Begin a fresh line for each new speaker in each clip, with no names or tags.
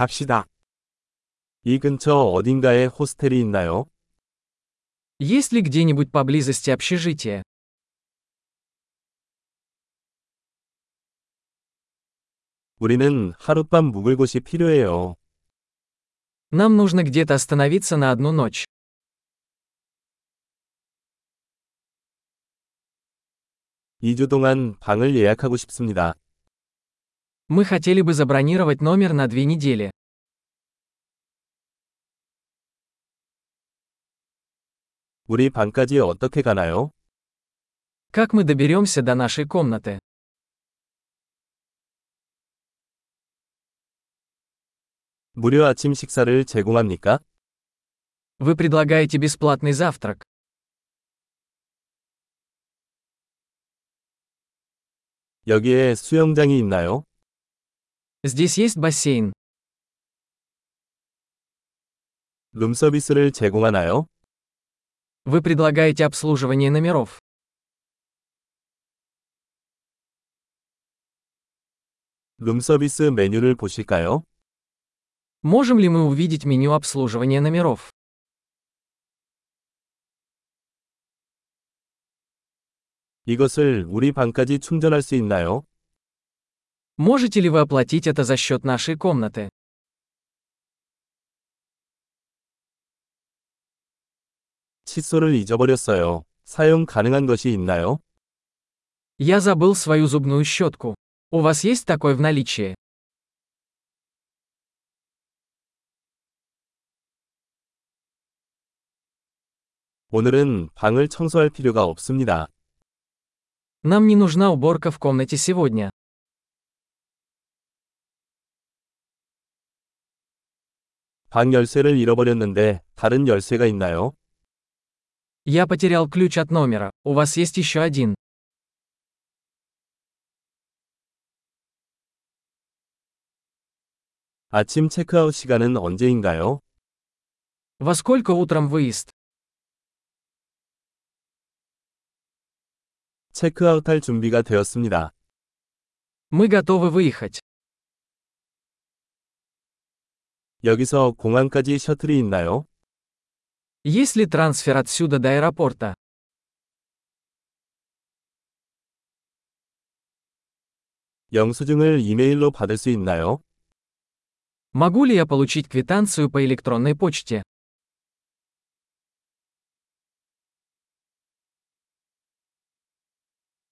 갑시다. 이 근처 어딘가에 호스텔이 있나요?
Есть ли где-нибудь поблизости общежитие?
우리는 하룻밤 묵을 곳이 필요해요.
Нам нужно где-то остановиться на одну ночь.
이 주 동안 방을 예약하고 싶습니다.
Мы хотели бы забронировать номер на две недели.
우리 방까지 어떻게 가나요?
Как мы доберемся до нашей комнаты?
무료 아침 식사를 제공합니까?
Вы предлагаете бесплатный завтрак.
여기에 수영장이 있나요?
Здесь есть бассейн.
룸서비스를 제공하나요?
Вы предлагаете обслуживание номеров.
룸서비스 메뉴를 보실까요?
Можем ли мы увидеть меню обслуживания номеров?
이것을 우리 방까지 충전할 수 있나요?
Можете ли вы оплатить это за счет нашей комнаты?
칫솔을 잊어버렸어요. 사용 가능한 것이 있나요?
Я забыл свою зубную щетку. У вас есть такой в наличии?
오늘은 방을 청소할 필요가 없습니다.
Нам не нужна уборка в комнате сегодня.
방 열쇠를 잃어버렸는데 다른 열쇠가 있나요?
Я потерял ключ от номера. У вас есть еще один.
아침 체크아웃 시간은 언제인가요?
Во сколько утром выезд?
체크아웃할 준비가 되었습니다.
Мы готовы выехать.
여기서 공항까지 셔틀이 있나요?
Есть ли трансфер отсюда до аэропорта?
영수증을 이메일로 받을 수 있나요?
Могу ли я получить квитанцию по электронной почте?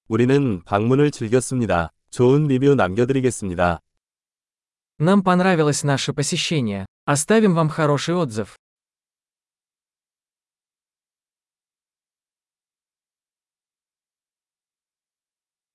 우리는 방문을 즐겼습니다. 좋은 리뷰 남겨드리겠습니다.
Нам понравилось наше посещение. Оставим вам хороший отзыв.